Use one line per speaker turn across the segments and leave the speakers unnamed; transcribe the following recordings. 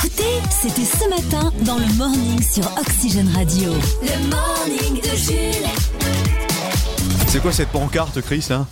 C'était ce matin dans le morning sur Oxygène Radio. Le morning de Jules.
C'est quoi cette pancarte, Chris hein là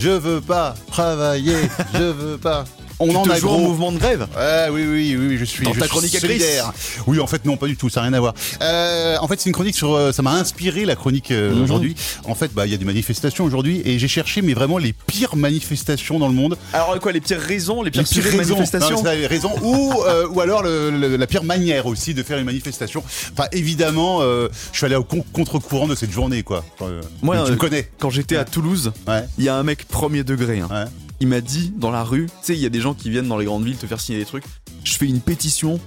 Je veux pas travailler, je veux pas.
On en
a
gros
gros.
mouvement de grève
Ouais, Eh oui, oui, oui, oui, je suis.
Dans
je
ta
suis
chronique à Chris.
solidaire. Oui, en fait, non, pas du tout, ça n'a rien à voir. Euh, en fait, c'est une chronique sur. euh, Ça m'a inspiré la chronique euh,
Mhm.
aujourd'hui. En fait, bah, il y a des manifestations aujourd'hui et j'ai cherché, mais vraiment les pires manifestations dans le monde.
Alors quoi, les pires raisons, les pires sujets de
raisons.
manifestation
Non, mais c'est la raison. ou, euh, ou alors le- le- la pire manière aussi de faire une manifestation. Enfin, évidemment, euh, je suis allé au con- contre-courant de cette journée, quoi. Euh,
Moi,
tu
euh,
me connais.
Quand j'étais à Toulouse,
Ouais.
il y a un mec premier degré. hein.
Ouais.
Il m'a dit dans la rue, tu sais, il y a des gens qui viennent dans les grandes villes te faire signer des trucs. Je fais une pétition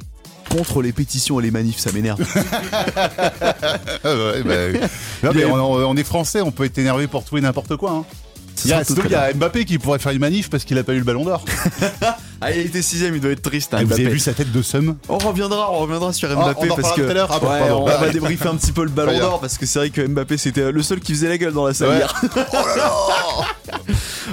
contre les pétitions et les manifs, ça m'énerve.
Ah ouais, bah, oui. Non,
Il y
mais
a-
on, on est français, on peut être énervé pour tout et n'importe quoi. hein. Il y, a,
Surtout
sinon, il y
que-
a Mbappé qui pourrait faire une manif parce qu'il a pas eu le ballon d'or.
Ah, il était sixième, il doit être triste. hein,
Et Ah, vous avez
Mbappé.
vu sa tête de somme
On reviendra, on reviendra sur
on en
Mbappé
parlera
parce que
tout à l'heure. Ah bon,
Ouais,
pardon.
on
Bah,
va
ouais.
débriefer un petit peu le ballon
Très bien.
d'or parce que c'est vrai que Mbappé c'était le seul qui faisait la gueule dans la salle
Ouais.
hier. Oh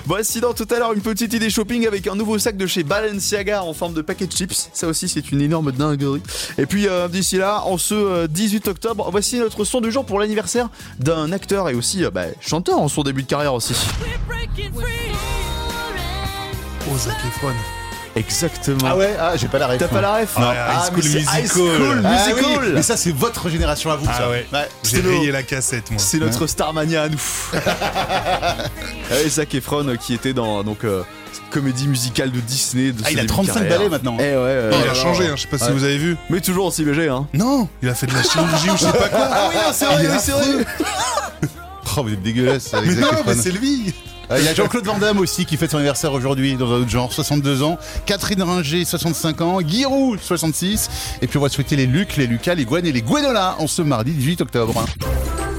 Voici dans tout à l'heure une petite idée shopping avec un nouveau sac de chez Balenciaga en forme de paquet de chips. Ça aussi c'est une énorme dinguerie. Et puis euh, d'ici là, en ce euh, 18 octobre, voici notre son du jour pour l'anniversaire d'un acteur et aussi euh, bah, chanteur en son début de carrière aussi. Exactement.
Ah ouais, ah, j'ai pas la ref.
T'as pas la ref
Ah,
mais
High School
c'est High
Musical.
School
Ah oui,
Musical.
mais ça, c'est votre génération à vous. ça.
Ah ouais.
C'est
J'ai
le-
rayé la cassette, moi.
C'est notre Starmania à nous. Et Zac Efron euh, qui était dans donc euh, cette comédie musicale de Disney. De
Ah,
ses
il a
débuts de
35
carrière.
balais maintenant.
Eh ouais, ouais,
Il
ouais.
a changé, hein, je sais pas si vous avez vu.
mais toujours aussi léger. Hein.
Non, il a fait de la chirurgie ou je sais pas quoi.
Ah oui, c'est vrai,
oui,
c'est vrai.
Oh, vous êtes dégueulasse. avec
Mais
Zac
non,
Efron.
mais c'est lui.
Euh, Il y a Jean-Claude Van Damme aussi qui fête son anniversaire aujourd'hui dans un autre genre, 62 ans. Catherine Ringer, 65 ans. Guy Roux, 66. Et puis on va souhaiter les Luc, les Lucas, les Gwen et les Gwenola en ce mardi 18 octobre.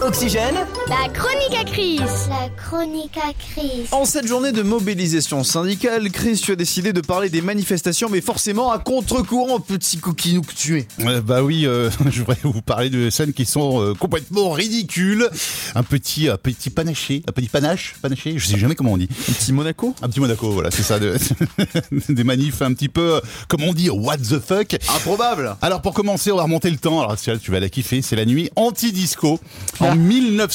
Oxygène
La chronique à Chris. La chronique à Chris.
En cette journée de mobilisation syndicale, Chris, tu as décidé de parler des manifestations, mais forcément à contre-courant, petit coquinou que tu es.
Euh, bah oui, euh, je voudrais vous parler de scènes qui sont euh, complètement ridicules. Un petit, un petit panaché, un petit panache, panaché, je sais jamais comment on dit.
Un petit Monaco
Un petit Monaco, voilà, c'est ça. de- des manifs un petit peu, euh, comme on dit, what the fuck.
Improbable
Alors pour commencer, on va remonter le temps. Alors celle tu vas la kiffer, c'est la nuit anti-disco.
Ah.
En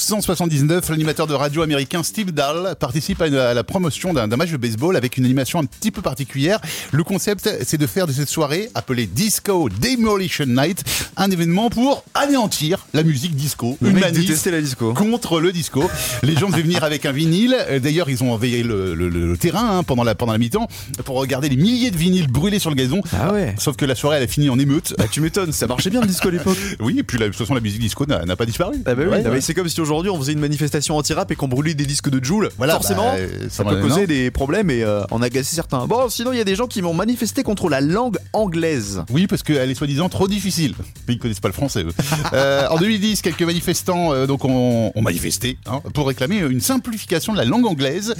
1979, l'animateur de radio américain Steve Dahl participe à, une- à la promotion d'un d'un match de baseball avec une animation un petit peu particulière. Le concept, c'est de faire de cette soirée appelée Disco Demolition Night un événement pour anéantir la musique disco.
Le
une
mec
manif
détestait la disco.
Contre le disco. Les gens devaient venir avec un vinyle. Euh, D'ailleurs, ils ont envahi le, le- le- le terrain hein, pendant la, pendant la mi-temps pour regarder les milliers de vinyles brûlés sur le gazon.
Ah ouais.
Sauf que la soirée, elle a fini en émeute.
Bah tu m'étonnes, ça marchait bien le disco à l'époque.
Oui, et puis la- de toute façon, la musique disco n'a n'a pas disparu.
Ah bah oui,
Ouais,
ah bah
ouais.
c'est comme si aujourd'hui on faisait une manifestation anti-rap et qu'on brûlait des disques de Joule.
Voilà,
Forcément,
bah, euh,
ça
ça
peut
m'a-
causer
non.
des problèmes et euh, en agacer certains. Bon, sinon il y a des gens qui vont manifester contre la langue anglaise.
Oui, parce qu'elle est soi-disant trop difficile. Ils ne connaissent pas le français. eux. Euh, en 2010, quelques manifestants euh, donc ont, ont manifesté hein, pour réclamer une simplification de la langue anglaise.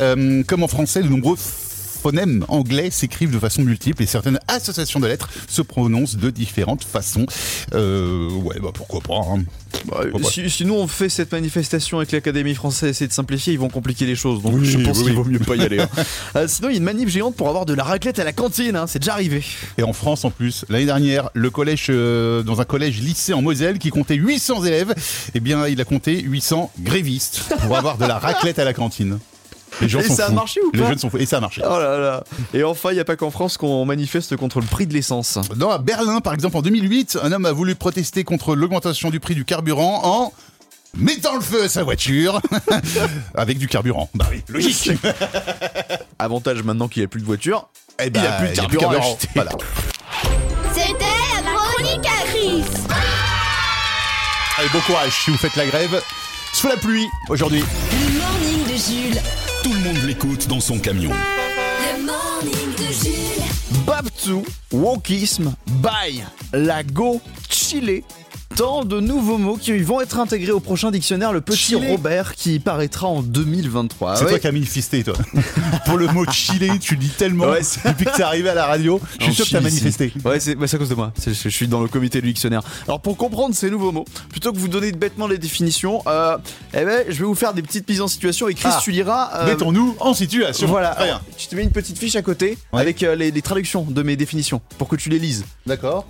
Euh, comme en français, de nombreux phonèmes anglais s'écrivent de façon multiple et certaines associations de lettres se prononcent de différentes façons. Euh, ouais, bah pourquoi pas. hein.
Bah,
Pourquoi pas.
si, si nous on fait cette manifestation avec l'Académie française, c'est de simplifier, ils vont compliquer les choses. Donc
Oui,
je pense
oui,
qu'il
oui.
vaut mieux pas y aller. hein. Euh, sinon, il y a une manif géante pour avoir de la raclette à la cantine, hein, c'est déjà arrivé.
Et en France en plus, l'année dernière, le collège euh, dans un collège lycée en Moselle qui comptait 800 élèves, eh bien il a compté 800 grévistes pour avoir de la raclette à la cantine. Les gens
Et
sont
ça a
fous.
marché ou
Les
pas
jeunes sont fous. Et ça a marché.
Oh là là. Et enfin, il n'y a pas qu'en France qu'on manifeste contre le prix de l'essence.
Dans à Berlin, par exemple, en 2008, un homme a voulu protester contre l'augmentation du prix du carburant en mettant le feu à sa voiture avec du carburant. Bah oui, logique.
Avantage maintenant qu'il n'y a plus de voiture.
Eh
Il y a plus de carburant à acheter.
Voilà.
C'était la chronique à Chris.
Allez, bon courage si vous faites la grève sous la pluie aujourd'hui.
Le morning de Jules.
Tout le monde l'écoute dans son camion.
Le morning de Jules.
Babtou, wokisme, bye, lago, chile, tant de nouveaux mots qui vont être intégrés au prochain dictionnaire, le petit
Chili.
Robert, qui paraîtra en 2023.
C'est
Ah Ouais.
toi qui as mis le fisté, toi. Pour le mot chili, tu dis tellement
Ouais, c'est-
depuis que t'es arrivé à la radio. Je suis
En
sûr que t'as
Chili,
manifesté.
si. Ouais, c'est bah, c'est à cause de moi. C'est- Je, je suis dans le comité du dictionnaire. Alors, pour comprendre ces nouveaux mots, plutôt que vous donner bêtement les définitions, euh, eh ben, je vais vous faire des petites mises en situation et Chris,
Ah.
tu liras. euh,
Mettons-nous en situation.
Voilà,
Hein Très bien.
tu te mets une petite fiche à côté
Ouais.
avec euh, les, les traductions de mes définitions pour que tu les lises.
D'accord.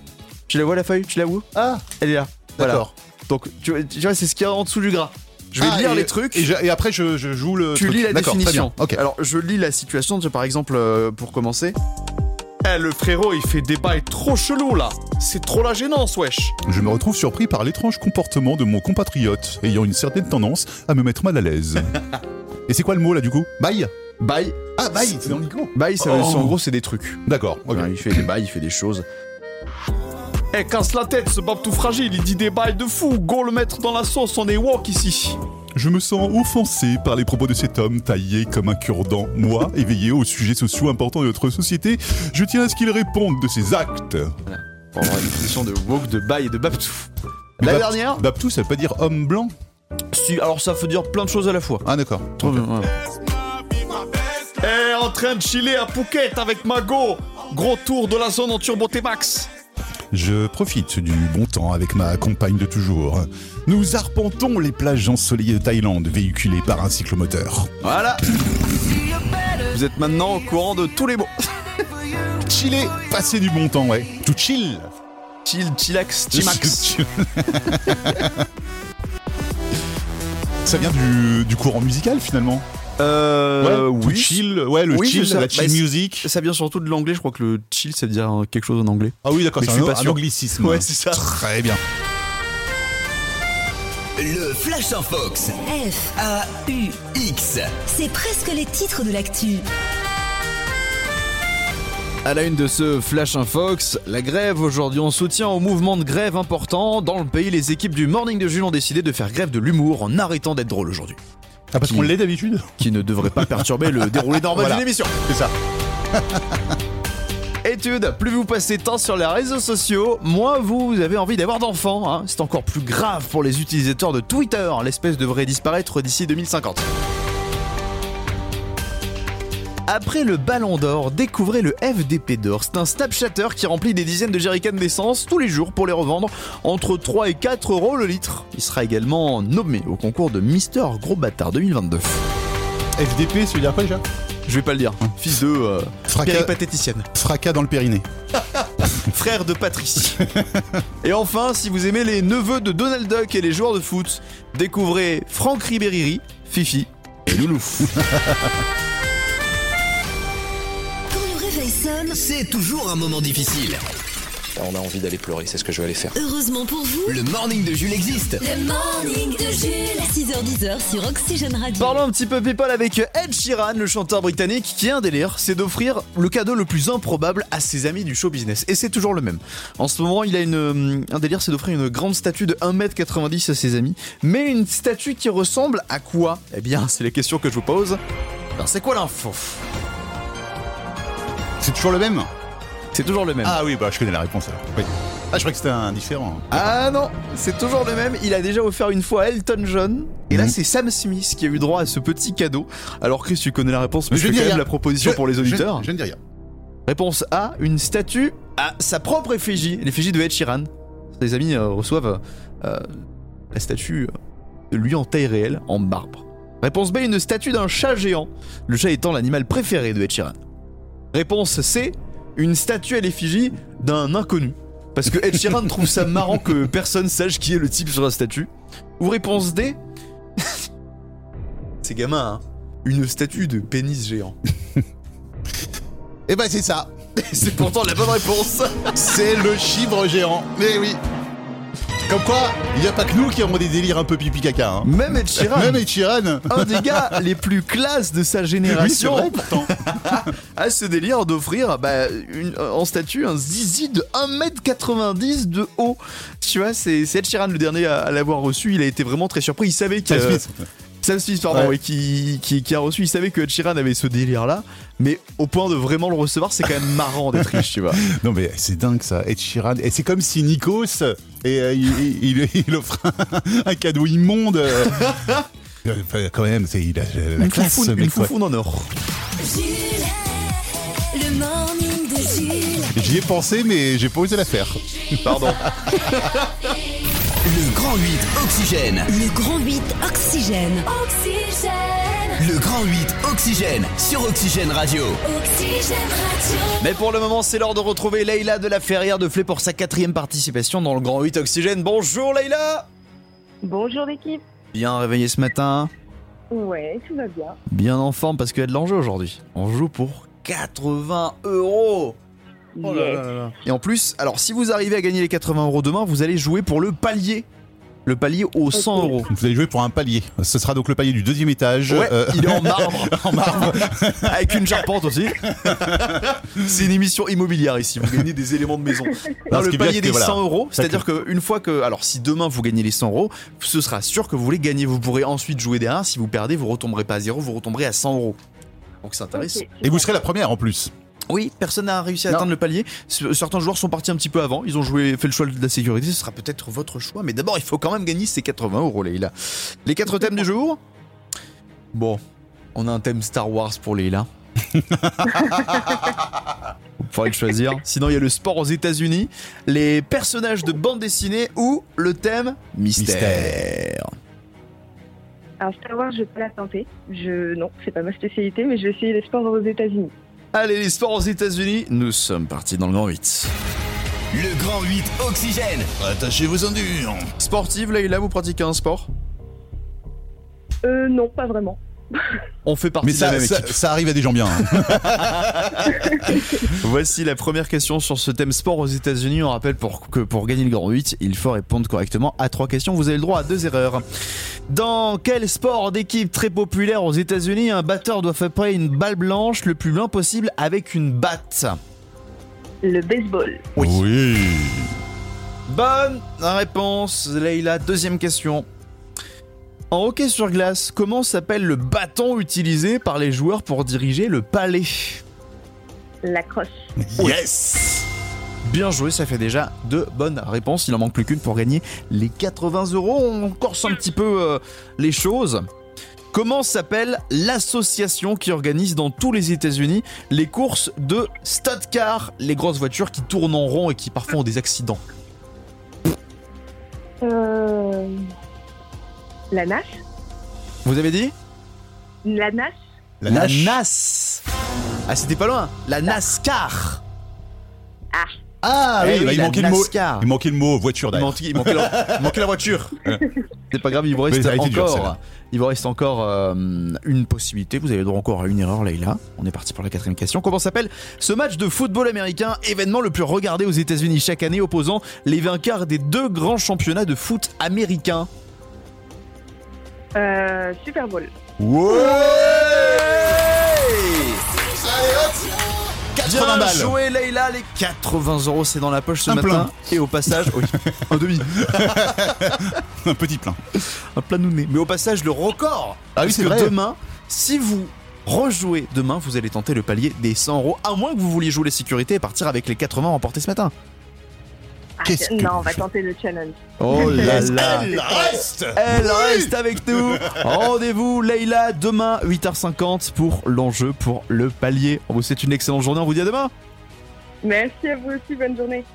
Tu la vois la feuille Tu la vois
Ah,
Elle est là. Voilà.
d'accord.
Donc, tu, vois- tu vois, c'est ce qu'il y a en dessous du gras. Je vais
Ah,
lire
et-
les trucs.
Et, je- et après, je, je joue le.
Tu
truc.
lis la
D'accord,
définition.
Très bien. Ok.
Alors, je lis la situation, tu vois, par exemple, euh, pour commencer. Eh, le frérot, il fait des bails trop chelous là. C'est trop la gênance, wesh.
Je me retrouve surpris par l'étrange comportement de mon compatriote, ayant une certaine tendance à me mettre mal à l'aise. Et c'est quoi le mot là du coup Bail
Bail,
Ah, bail, c'est dans le micro.
bail, ça veut-
Oh.
c'est- en gros, c'est des trucs.
D'accord, ok.
Ouais, il fait des bails, il fait des choses. Eh, casse la tête, ce bab tout fragile, il dit des bails de fou. Go le mettre dans la sauce, on est wok ici.
Je me sens offensé par les propos de cet homme taillé comme un cure-dent. Moi, éveillé aux sujets sociaux importants de notre société, je tiens à ce qu'il réponde de ses actes.
Pour avoir une définition de wok, de bail et de babtou.
Mais
La
bab-
dernière
Baptou, Bah, ça veut pas dire homme blanc
Si, alors ça veut dire plein de choses à la fois.
Ah, d'accord.
Eh, en train de chiller à Phuket avec Mago Gros tour de la zone en turbo T-Max
Je profite du bon temps avec ma compagne de toujours. Nous arpentons les plages ensoleillées de Thaïlande, véhiculées par un cyclomoteur.
Voilà Vous êtes maintenant au courant de tous les mots.
Chiller, passer du bon temps, ouais. Tout chill
Chill, chillax, chillax.
Ça vient du, du courant musical finalement.
Euh,
Ouais, tout
oui.
Chill, ouais, le
Oui,
chill,
je sais.
la chill
Bah, c'est-
music.
Ça vient surtout de l'anglais, je crois que le chill ça veut dire euh, quelque chose en anglais.
Ah oui, d'accord,
Mais
c'est
je suis
un,
pas
un
sûr.
anglicisme.
c'est ça.
Très bien.
Le Flash en Fox.
F,
A-U-X.
c'est presque les titres de l'actu.
À la une de ce Flash Infox, la grève aujourd'hui en soutien au mouvement de grève important. Dans le pays, les équipes du Morning de Jules ont décidé de faire grève de l'humour en arrêtant d'être drôle aujourd'hui.
Ah, parce
Qui-
qu'on l'est d'habitude
Qui ne devrait pas perturber le déroulé normal
Voilà.
d'une émission.
C'est ça.
Étude, plus vous passez de temps sur les réseaux sociaux, moins vous avez envie d'avoir d'enfants. hein. C'est encore plus grave pour les utilisateurs de Twitter. L'espèce devrait disparaître d'ici 2050. Après le Ballon d'Or, découvrez le FDP d'Or. C'est un Snapchatter qui remplit des dizaines de jerrycans d'essence tous les jours pour les revendre entre 3 et 4 euros le litre. Il sera également nommé au concours de Mister Gros Bâtard 2022.
FDP, ça veut dire quoi déjà
Je vais pas le dire. Fils de euh,
Fracas,
péripatéticienne.
fracas dans le périnée.
frère de Patrice. et enfin, si vous aimez les neveux de Donald Duck et les joueurs de foot, découvrez Franck Ribéry, Fifi et Loulou.
Quand le réveil sonne,
C'est toujours un moment difficile.
On a envie d'aller pleurer, c'est ce que je vais aller faire.
heureusement pour vous,
Le morning de Jules existe.
le morning de Jules. 6h10 sur Oxygène Radio.
Parlons un petit peu people avec Ed Sheeran, le chanteur britannique, qui a un délire, c'est d'offrir le cadeau le plus improbable à ses amis du show business. Et c'est toujours le même. En ce moment, il a une, euh, un délire, c'est d'offrir une grande statue de 1m90 à ses amis. Mais une statue qui ressemble à quoi Eh bien, c'est la question que je vous pose. Ben, c'est quoi l'info
C'est toujours le même
C'est toujours le même.
Ah oui, bah je connais la réponse alors. Oui. Ah, je croyais que c'était un différent.
Ah non, c'est toujours le même. Il a déjà offert une fois à Elton John. Et là,
Mhm.
c'est Sam Smith qui a eu droit à ce petit cadeau. Alors, Chris, tu connais la réponse, mais
Mais
je
je
fais
dis
quand même
rien.
la proposition pour les auditeurs.
Je, je ne dis rien.
Réponse A une statue à sa propre effigie, l'effigie de Ed Sheeran. Ses amis euh, reçoivent euh, la statue euh, de lui en taille réelle, en marbre. Réponse B une statue d'un chat géant, le chat étant l'animal préféré de Ed Sheeran. Réponse C une statue à l'effigie d'un inconnu. Parce que Ed Sheeran trouve ça marrant que personne sache qui est le type sur la statue. Ou réponse D. C'est gamin, hein. Une statue de pénis géant.
Eh ben c'est ça.
C'est pourtant la bonne réponse.
C'est le chibre géant. Mais oui. Comme quoi, il n'y a pas que nous qui avons des délires un peu pipi caca. hein.
Même Ed Sheeran.
Même Ed Sheeran.
un des gars les plus classes de sa
Oui, Ah. c'est
génération
vrai pourtant.
à ce délire d'offrir bah, une- euh, en statut un zizi de 1m90 de haut. Tu vois, c'est c'est Ed Sheeran le dernier à, à l'avoir reçu. Il a été vraiment très surpris. Il savait qu'il
Sam
euh,
Smith.
Sam Smith, pardon,
Ouais.
oui, qui, qui, qui a reçu. Il savait que Ed Sheeran avait ce délire-là, mais au point de vraiment le recevoir, c'est quand même marrant d'être riche, tu vois.
Non mais c'est dingue ça, Ed Sheeran. Et c'est comme si Nikos, et, euh, il, il- il- il offre un, un cadeau immonde. euh. Enfin, quand même, c'est il a la
Une
classe ce
foufoune,
mec.
une
quoi.
foufoune en or.
Jules, le morning de Jules.
J'y ai pensé mais j'ai pas osé la faire.
Pardon.
Le Grand 8 Oxygène.
Le grand 8 oxygène.
Oxygène,
Le Grand 8 Oxygène sur Oxygène Radio.
oxygène radio.
Mais pour le moment, c'est l'heure de retrouver Leïla de la Ferrière de Flé pour sa quatrième participation dans le Grand 8 Oxygène. Bonjour Leïla
Bonjour l'équipe.
Bien réveillée ce matin,
Ouais, tout va bien.
bien en forme parce qu'il y a de l'enjeu aujourd'hui. On joue pour 80 euros
Oh
Yes.
Et en plus, alors si vous arrivez à gagner les 80 euros demain, vous allez jouer pour le palier. Le palier aux 100 euros.
Vous allez jouer pour un palier. Ce sera donc le palier du deuxième étage.
Ouais,
Euh,
il est en marbre. Avec une charpente aussi. c'est une émission immobilière ici. Vous gagnez des éléments de maison. Non,
ce
le
qui est bien,
palier
c'est
des
que, voilà.
100 euros. C'est-à-dire qu'une fois que. Alors, si demain vous gagnez les 100 euros, ce sera sûr que vous les gagnez. Vous pourrez ensuite jouer des 1. Si vous perdez, vous retomberez pas à 0, vous retomberez à 100 euros. Donc, ça intéresse.
Ok,
et vous serez la première en plus.
Oui, personne n'a réussi à
Non.
atteindre le palier. Ce- Certains joueurs sont partis un petit peu avant. Ils ont joué, fait le choix de la sécurité. Ce sera peut-être votre choix. Mais d'abord, il faut quand même gagner ces 80 euros, Leïla. Les quatre thèmes du jour Bon, on a un thème Star Wars pour Leïla. Vous pourrez le choisir. Sinon, il y a le sport aux États-Unis, les personnages de bande dessinée ou le thème mystère.
Alors Star Wars, je peux la tenter. Je non, c'est pas ma spécialité, mais je vais essayer les sports aux États-Unis.
Allez, les sports aux États-Unis, nous sommes partis dans le grand 8.
Le Grand 8 Oxygène.
Attachez vos endures.
Sportive, Leïla, vous pratiquez un sport
Euh non, pas vraiment.
On fait partie
Mais
de la
ça,
même équipe.
ça, ça arrive à des gens bien. hein.
Voici la première question sur ce thème sport aux États-Unis. On rappelle pour, que pour gagner le grand 8, il faut répondre correctement à trois questions. Vous avez le droit à deux erreurs. Dans quel sport d'équipe très populaire aux États-Unis, un batteur doit frapper une balle blanche le plus loin possible avec une batte
Le baseball.
Oui.
oui.
Bonne réponse, Leïla. Deuxième question. En hockey sur glace, comment s'appelle le bâton utilisé par les joueurs pour diriger le palais
La crosse.
Yes.
Bien joué, ça fait déjà deux bonnes réponses. Il en manque plus qu'une pour gagner les 80 euros. On corse un petit peu euh, les choses. Comment s'appelle l'association qui organise dans tous les États-Unis les courses de stud car, les grosses voitures qui tournent en rond et qui parfois ont des accidents
Euh... La NASH
Vous avez dit
La NASH
La nage.
NAS. Ah, c'était pas loin. La NASCAR.
Ah.
Ah
Eh
oui, bah, il
la
manquait le mot.
NASCAR.
Il manquait le mot voiture
Il,
d'ailleurs.
manquait, il manquait la, il manquait la voiture. C'est pas grave, il vous
Mais
reste
ça a été dur,
encore.
celle-là.
il vous reste encore euh, une possibilité. Vous avez le droit encore à une erreur, Leïla. On est parti pour la quatrième question. Comment s'appelle ce match de football américain, événement le plus regardé aux États-Unis chaque année, opposant les vainqueurs des deux grands championnats de foot américains
Euh, Super Bowl.
Bien
80 balles.
joué, Leïla. Les 80 euros, c'est dans la poche ce
Un
matin.
plein.
Et au passage, oui, un demi,
Un petit plein.
un plein nouné. Mais au passage, le record
Ah oui,
Parce
c'est
que
vrai.
demain, si vous rejouez demain, vous allez tenter le palier des 100 euros, à moins que vous vouliez jouer les sécurités et partir avec les 80 remportés ce matin.
Ah,
Qu'est-ce que-
Non, on va tenter le challenge.
Oh là là
Elle reste.
Elle reste avec nous Rendez-vous, Leïla, demain, 8h50 pour l'enjeu pour le palier. On vous souhaite une excellente journée, on vous dit à demain
Merci à vous aussi, bonne journée.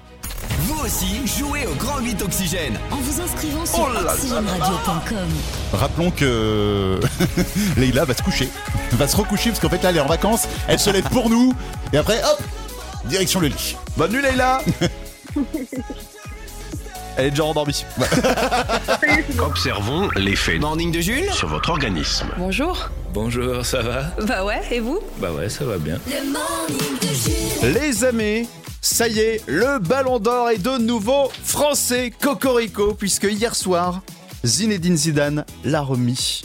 Vous aussi, jouez au Grand 8 Oxygène.
En vous inscrivant sur oxygèneradio.com.
Rappelons que Leïla va se coucher, va se recoucher parce qu'en fait là elle est en vacances, elle se lève pour nous et après hop, direction le lit.
Bonne nuit, Leïla Elle est déjà endormie.
Observons l'effet
Morning de Jules.
sur votre organisme.
Bonjour.
Bonjour, ça va
Bah ouais, et vous
Bah ouais, ça va bien.
Le morning de Jules.
Les amis, ça y est, le Ballon d'Or est de nouveau français, Cocorico, puisque hier soir, Zinedine Zidane l'a remis.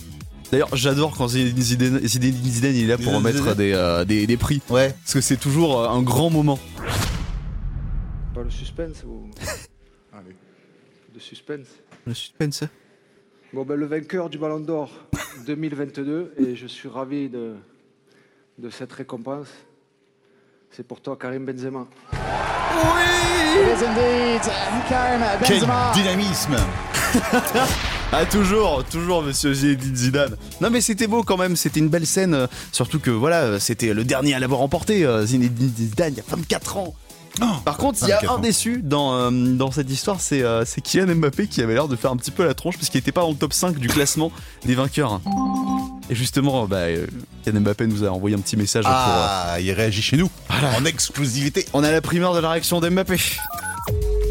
D'ailleurs, j'adore quand Zinedine Zidane, Zinedine Zidane, il est là pour
Zinedine
remettre
Zidane.
des, euh, des- des prix.
Ouais.
Parce que c'est toujours euh, un grand moment.
Pas le suspense ou. Allez. Le suspense
Le suspense.
Bon, ben, le vainqueur du Ballon d'Or 2022, et je suis ravi de, de cette récompense, c'est pour toi, Karim Benzema.
Quel dynamisme
Ah toujours, toujours Monsieur Zinedine Zidane. Non mais c'était beau quand même, c'était une belle scène, euh, surtout que voilà, euh, c'était le dernier à l'avoir remporté, euh, Zinedine Zidane, il y a 24 ans. Par contre, il y a
24
un
ans.
déçu dans, euh, dans cette histoire, c'est euh, c'est Kylian Mbappé qui avait l'air de faire un petit peu la tronche parce qu'il n'était pas dans le top 5 du classement des vainqueurs. Et justement, bah, euh, Kylian Mbappé nous a envoyé un petit message pour, euh,
Ah, il réagit chez nous, en exclusivité.
on a la primeur de la réaction d'Mbappé.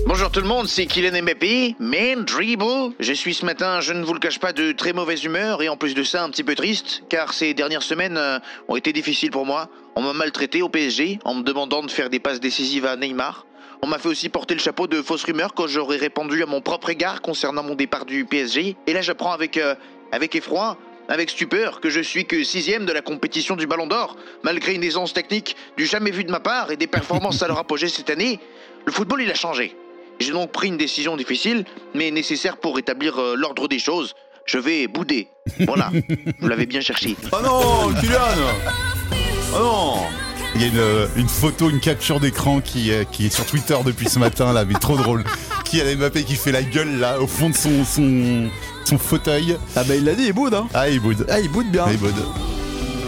Bonjour tout le monde, c'est Kylian Mbappé, man dribble. Je suis ce matin, je ne vous le cache pas, de très mauvaise humeur et en plus de ça un petit peu triste, car ces dernières semaines euh, ont été difficiles pour moi. On m'a maltraité au PSG en me demandant de faire des passes décisives à Neymar. On m'a fait aussi porter le chapeau de fausse rumeur quand j'aurais répondu à mon propre égard concernant mon départ du PSG. Et là j'apprends avec, euh, avec effroi, avec stupeur, que je suis que sixième de la compétition du Ballon d'Or, malgré une aisance technique du jamais vu de ma part et des performances à leur apogée cette année. Le football il a changé. J'ai donc pris une décision difficile, mais nécessaire pour rétablir euh, l'ordre des choses. Je vais bouder. Voilà, vous l'avez bien cherché.
Oh non, Kylian Oh non
Il y a une, euh, une photo, une capture d'écran qui, euh, qui est sur Twitter depuis ce matin, là, mais trop drôle. Qui a Mbappé qui fait la gueule, là, au fond de son, son, son fauteuil.
Ah bah il l'a dit, il boude hein
Ah, Euh, il boude.
Ah il boude bien
Il boude.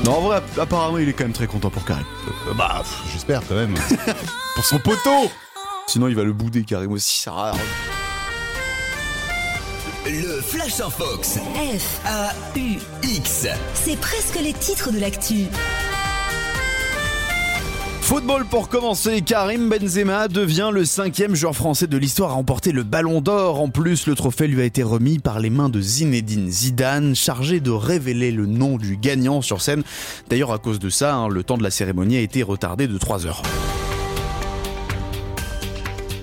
Non en vrai app- apparemment il est quand même très content pour Karim.
Euh, bah, pff, j'espère quand même. Pour son poteau
Sinon il va le bouder Karim aussi, ça rare.
Le Flash en Fox.
F,
A-U-X.
c'est presque les titres de l'actu.
Football pour commencer, Karim Benzema devient le cinquième joueur français de l'histoire à remporter le Ballon d'Or. En plus, le trophée lui a été remis par les mains de Zinedine Zidane, chargé de révéler le nom du gagnant sur scène. D'ailleurs, à cause de ça, hein, le temps de la cérémonie a été retardé de 3 heures.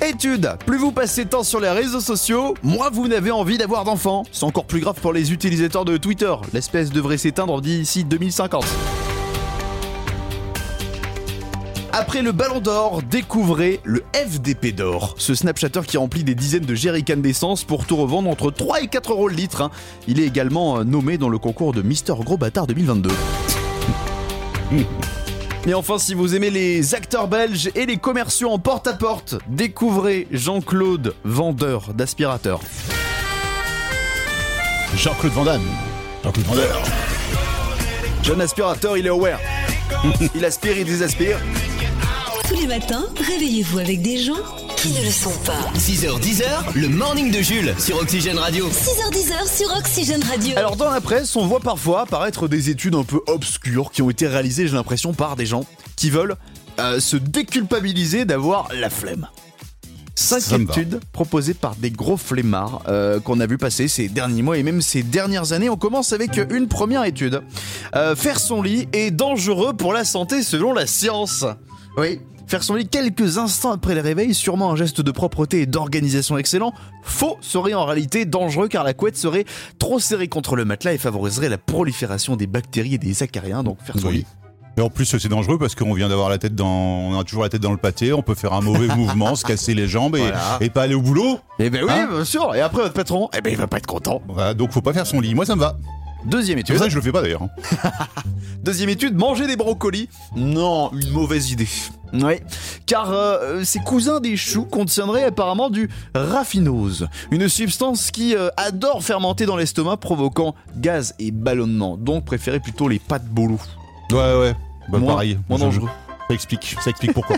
Étude, plus vous passez de temps sur les réseaux sociaux, moins vous n'avez envie d'avoir d'enfants. C'est encore plus grave pour les utilisateurs de Twitter. L'espèce devrait s'éteindre d'ici 2050. Après le Ballon d'Or, découvrez le FDP d'Or. Ce Snapchatter qui remplit des dizaines de jerrycans d'essence pour tout revendre entre 3 et 4 euros le litre. hein. Il est également euh, nommé dans le concours de Mister Gros Bâtard 2022. Et enfin, si vous aimez les acteurs belges et les commerciaux en porte-à-porte, découvrez Jean-Claude, vendeur d'aspirateurs.
Jean-Claude Van Damme. Jean-Claude Van Damme.
Jeune aspirateur, il est aware. Il aspire, il désaspire.
Tous les matins, réveillez-vous avec des gens qui ne le sont pas.
6h-10h, le morning de Jules sur Oxygène Radio.
6h10 sur Oxygène Radio.
Alors dans la presse, on voit parfois apparaître des études un peu obscures qui ont été réalisées, j'ai l'impression, par des gens qui veulent euh, se déculpabiliser d'avoir la flemme.
Ça
Cinq
me va.
études proposées par des gros flemmards euh, qu'on a vu passer ces derniers mois et même ces dernières années. On commence avec une première étude. Euh, faire son lit est dangereux pour la santé selon la science. Oui. Faire son lit quelques instants après le réveil, sûrement un geste de propreté et d'organisation excellent, faux serait en réalité dangereux car la couette serait trop serrée contre le matelas et favoriserait la prolifération des bactéries et des acariens. Donc faire son
Oui.
lit.
Et en plus, c'est dangereux parce qu'on vient d'avoir la tête dans. On a toujours la tête dans le pâté, on peut faire un mauvais mouvement, se casser les jambes et,
Voilà.
et pas aller au boulot.
Eh ben oui,
Hein
bien sûr. Et après votre patron, eh ben il va pas être content.
Voilà, donc faut pas faire son lit. Moi, ça me va.
Deuxième
C'est
étude.
pour ça que je le fais pas d'ailleurs. hein.
Deuxième étude, manger des brocolis. Non, une mauvaise idée. Oui, car euh, ces cousins des choux contiendraient apparemment du raffinose, une substance qui euh, adore fermenter dans l'estomac, provoquant gaz et ballonnement. Donc préférez plutôt les pâtes boulot.
Ouais, ouais. Bah,
Moins-
pareil.
moins
Je-
dangereux.
Ça explique. Ça explique pourquoi.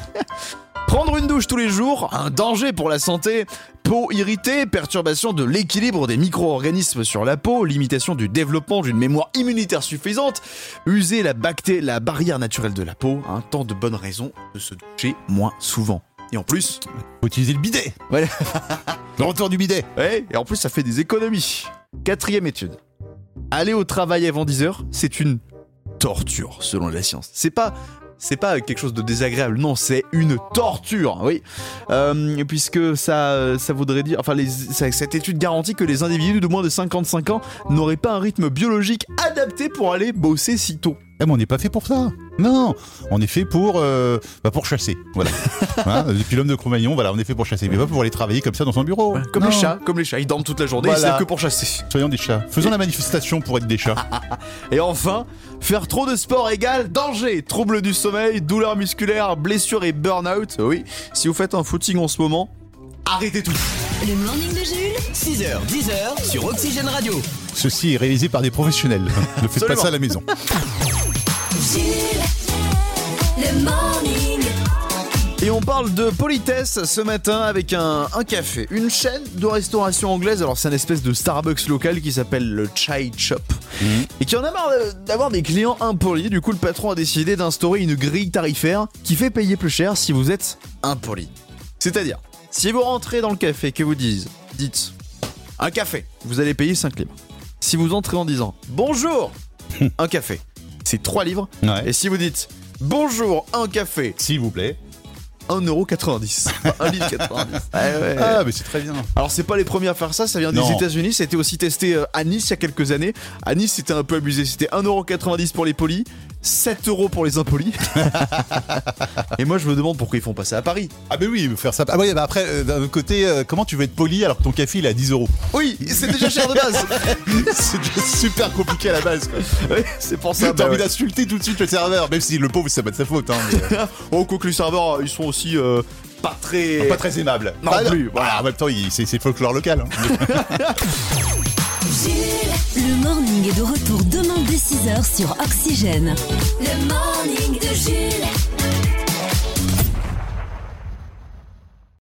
Prendre une douche tous les jours, un danger pour la santé, peau irritée, perturbation de l'équilibre des micro-organismes sur la peau, limitation du développement d'une mémoire immunitaire suffisante, user la, bacté- la barrière naturelle de la peau, un tant de bonnes raisons de se doucher moins souvent. Et en plus,
faut utiliser le bidet.
Ouais.
le retour du bidet.
ouais, et en plus ça fait des économies. Quatrième étude. Aller au travail avant 10h, c'est une torture selon la science. C'est pas c'est pas quelque chose de désagréable, non, c'est une torture, oui. Euh, puisque ça, ça voudrait dire. Enfin, les- ça- cette étude garantit que les individus de moins de 55 ans n'auraient pas un rythme biologique adapté pour aller bosser si tôt.
Eh, mais on n'est pas fait pour ça. Non, on est fait pour, euh, bah, pour chasser. Voilà. Hein, Depuis l'homme de Cro-Magnon, voilà, on est fait pour chasser, mais pas pour aller travailler comme ça dans son bureau.
Hein, Comme
Non.
les chats, comme les chats, ils dorment toute la journée,
Voilà.
ils savent que pour chasser.
Soyons des chats. Faisons la manifestation pour être des chats.
Et enfin, faire trop de sport égale danger, troubles du sommeil, douleurs musculaires, blessures et burn-out. Oui, si vous faites un footing en ce moment, arrêtez tout.
Le morning de Jules
6h, 10h sur Oxygène Radio.
Ceci est réalisé par des professionnels. ne faites pas
Absolument.
ça à la maison.
Jules, le morning.
Et on parle de politesse ce matin avec un, un café, une chaîne de restauration anglaise. Alors c'est un espèce de Starbucks local qui s'appelle le Chai Shop et qui en a marre euh, d'avoir des clients impolis. Du coup, le patron a décidé d'instaurer une grille tarifaire qui fait payer plus cher si vous êtes impoli. C'est-à-dire, si vous rentrez dans le café que vous disent, dites un café, vous allez payer 5 livres. Si vous entrez en disant bonjour, un café, c'est 3 livres.
Ouais.
Et si vous dites bonjour, un café,
S'il vous plaît.
1,90€. 1,90€. Ouais, ouais.
Ah, mais c'est très bien.
Euh, Alors, c'est pas les premiers à faire ça, ça vient des
Non.
États-Unis. C'était aussi testé euh, à Nice il y a quelques années. À Nice, c'était un peu abusé. C'était 1,90€ pour les polis, 7€ pour les impolis. Et moi, je me demande pourquoi ils font pas ça à Paris.
Ah, mais oui, faire ça. Ah, oui, bah après, euh, d'un autre côté, euh, comment tu veux être poli alors que ton café il est à 10 euros
Oui, c'est déjà cher de base.
C'est déjà super compliqué à la base. quoi.
Ouais, c'est pour
T'as
ça. bah
envie
ouais.
d'insulter tout de suite le serveur, même si le pauvre, c'est pas de sa faute. hein, mais, euh,
Oh, quoi que les serveurs, ils sont aussi euh, Ah, pas très.
pas très aimable.
Non
Bah,
plus,
voilà, en même temps, il- c'est c'est folklore local. hein.
Jules, le morning est de retour demain dès 6h sur Oxygène. Le morning de Jules.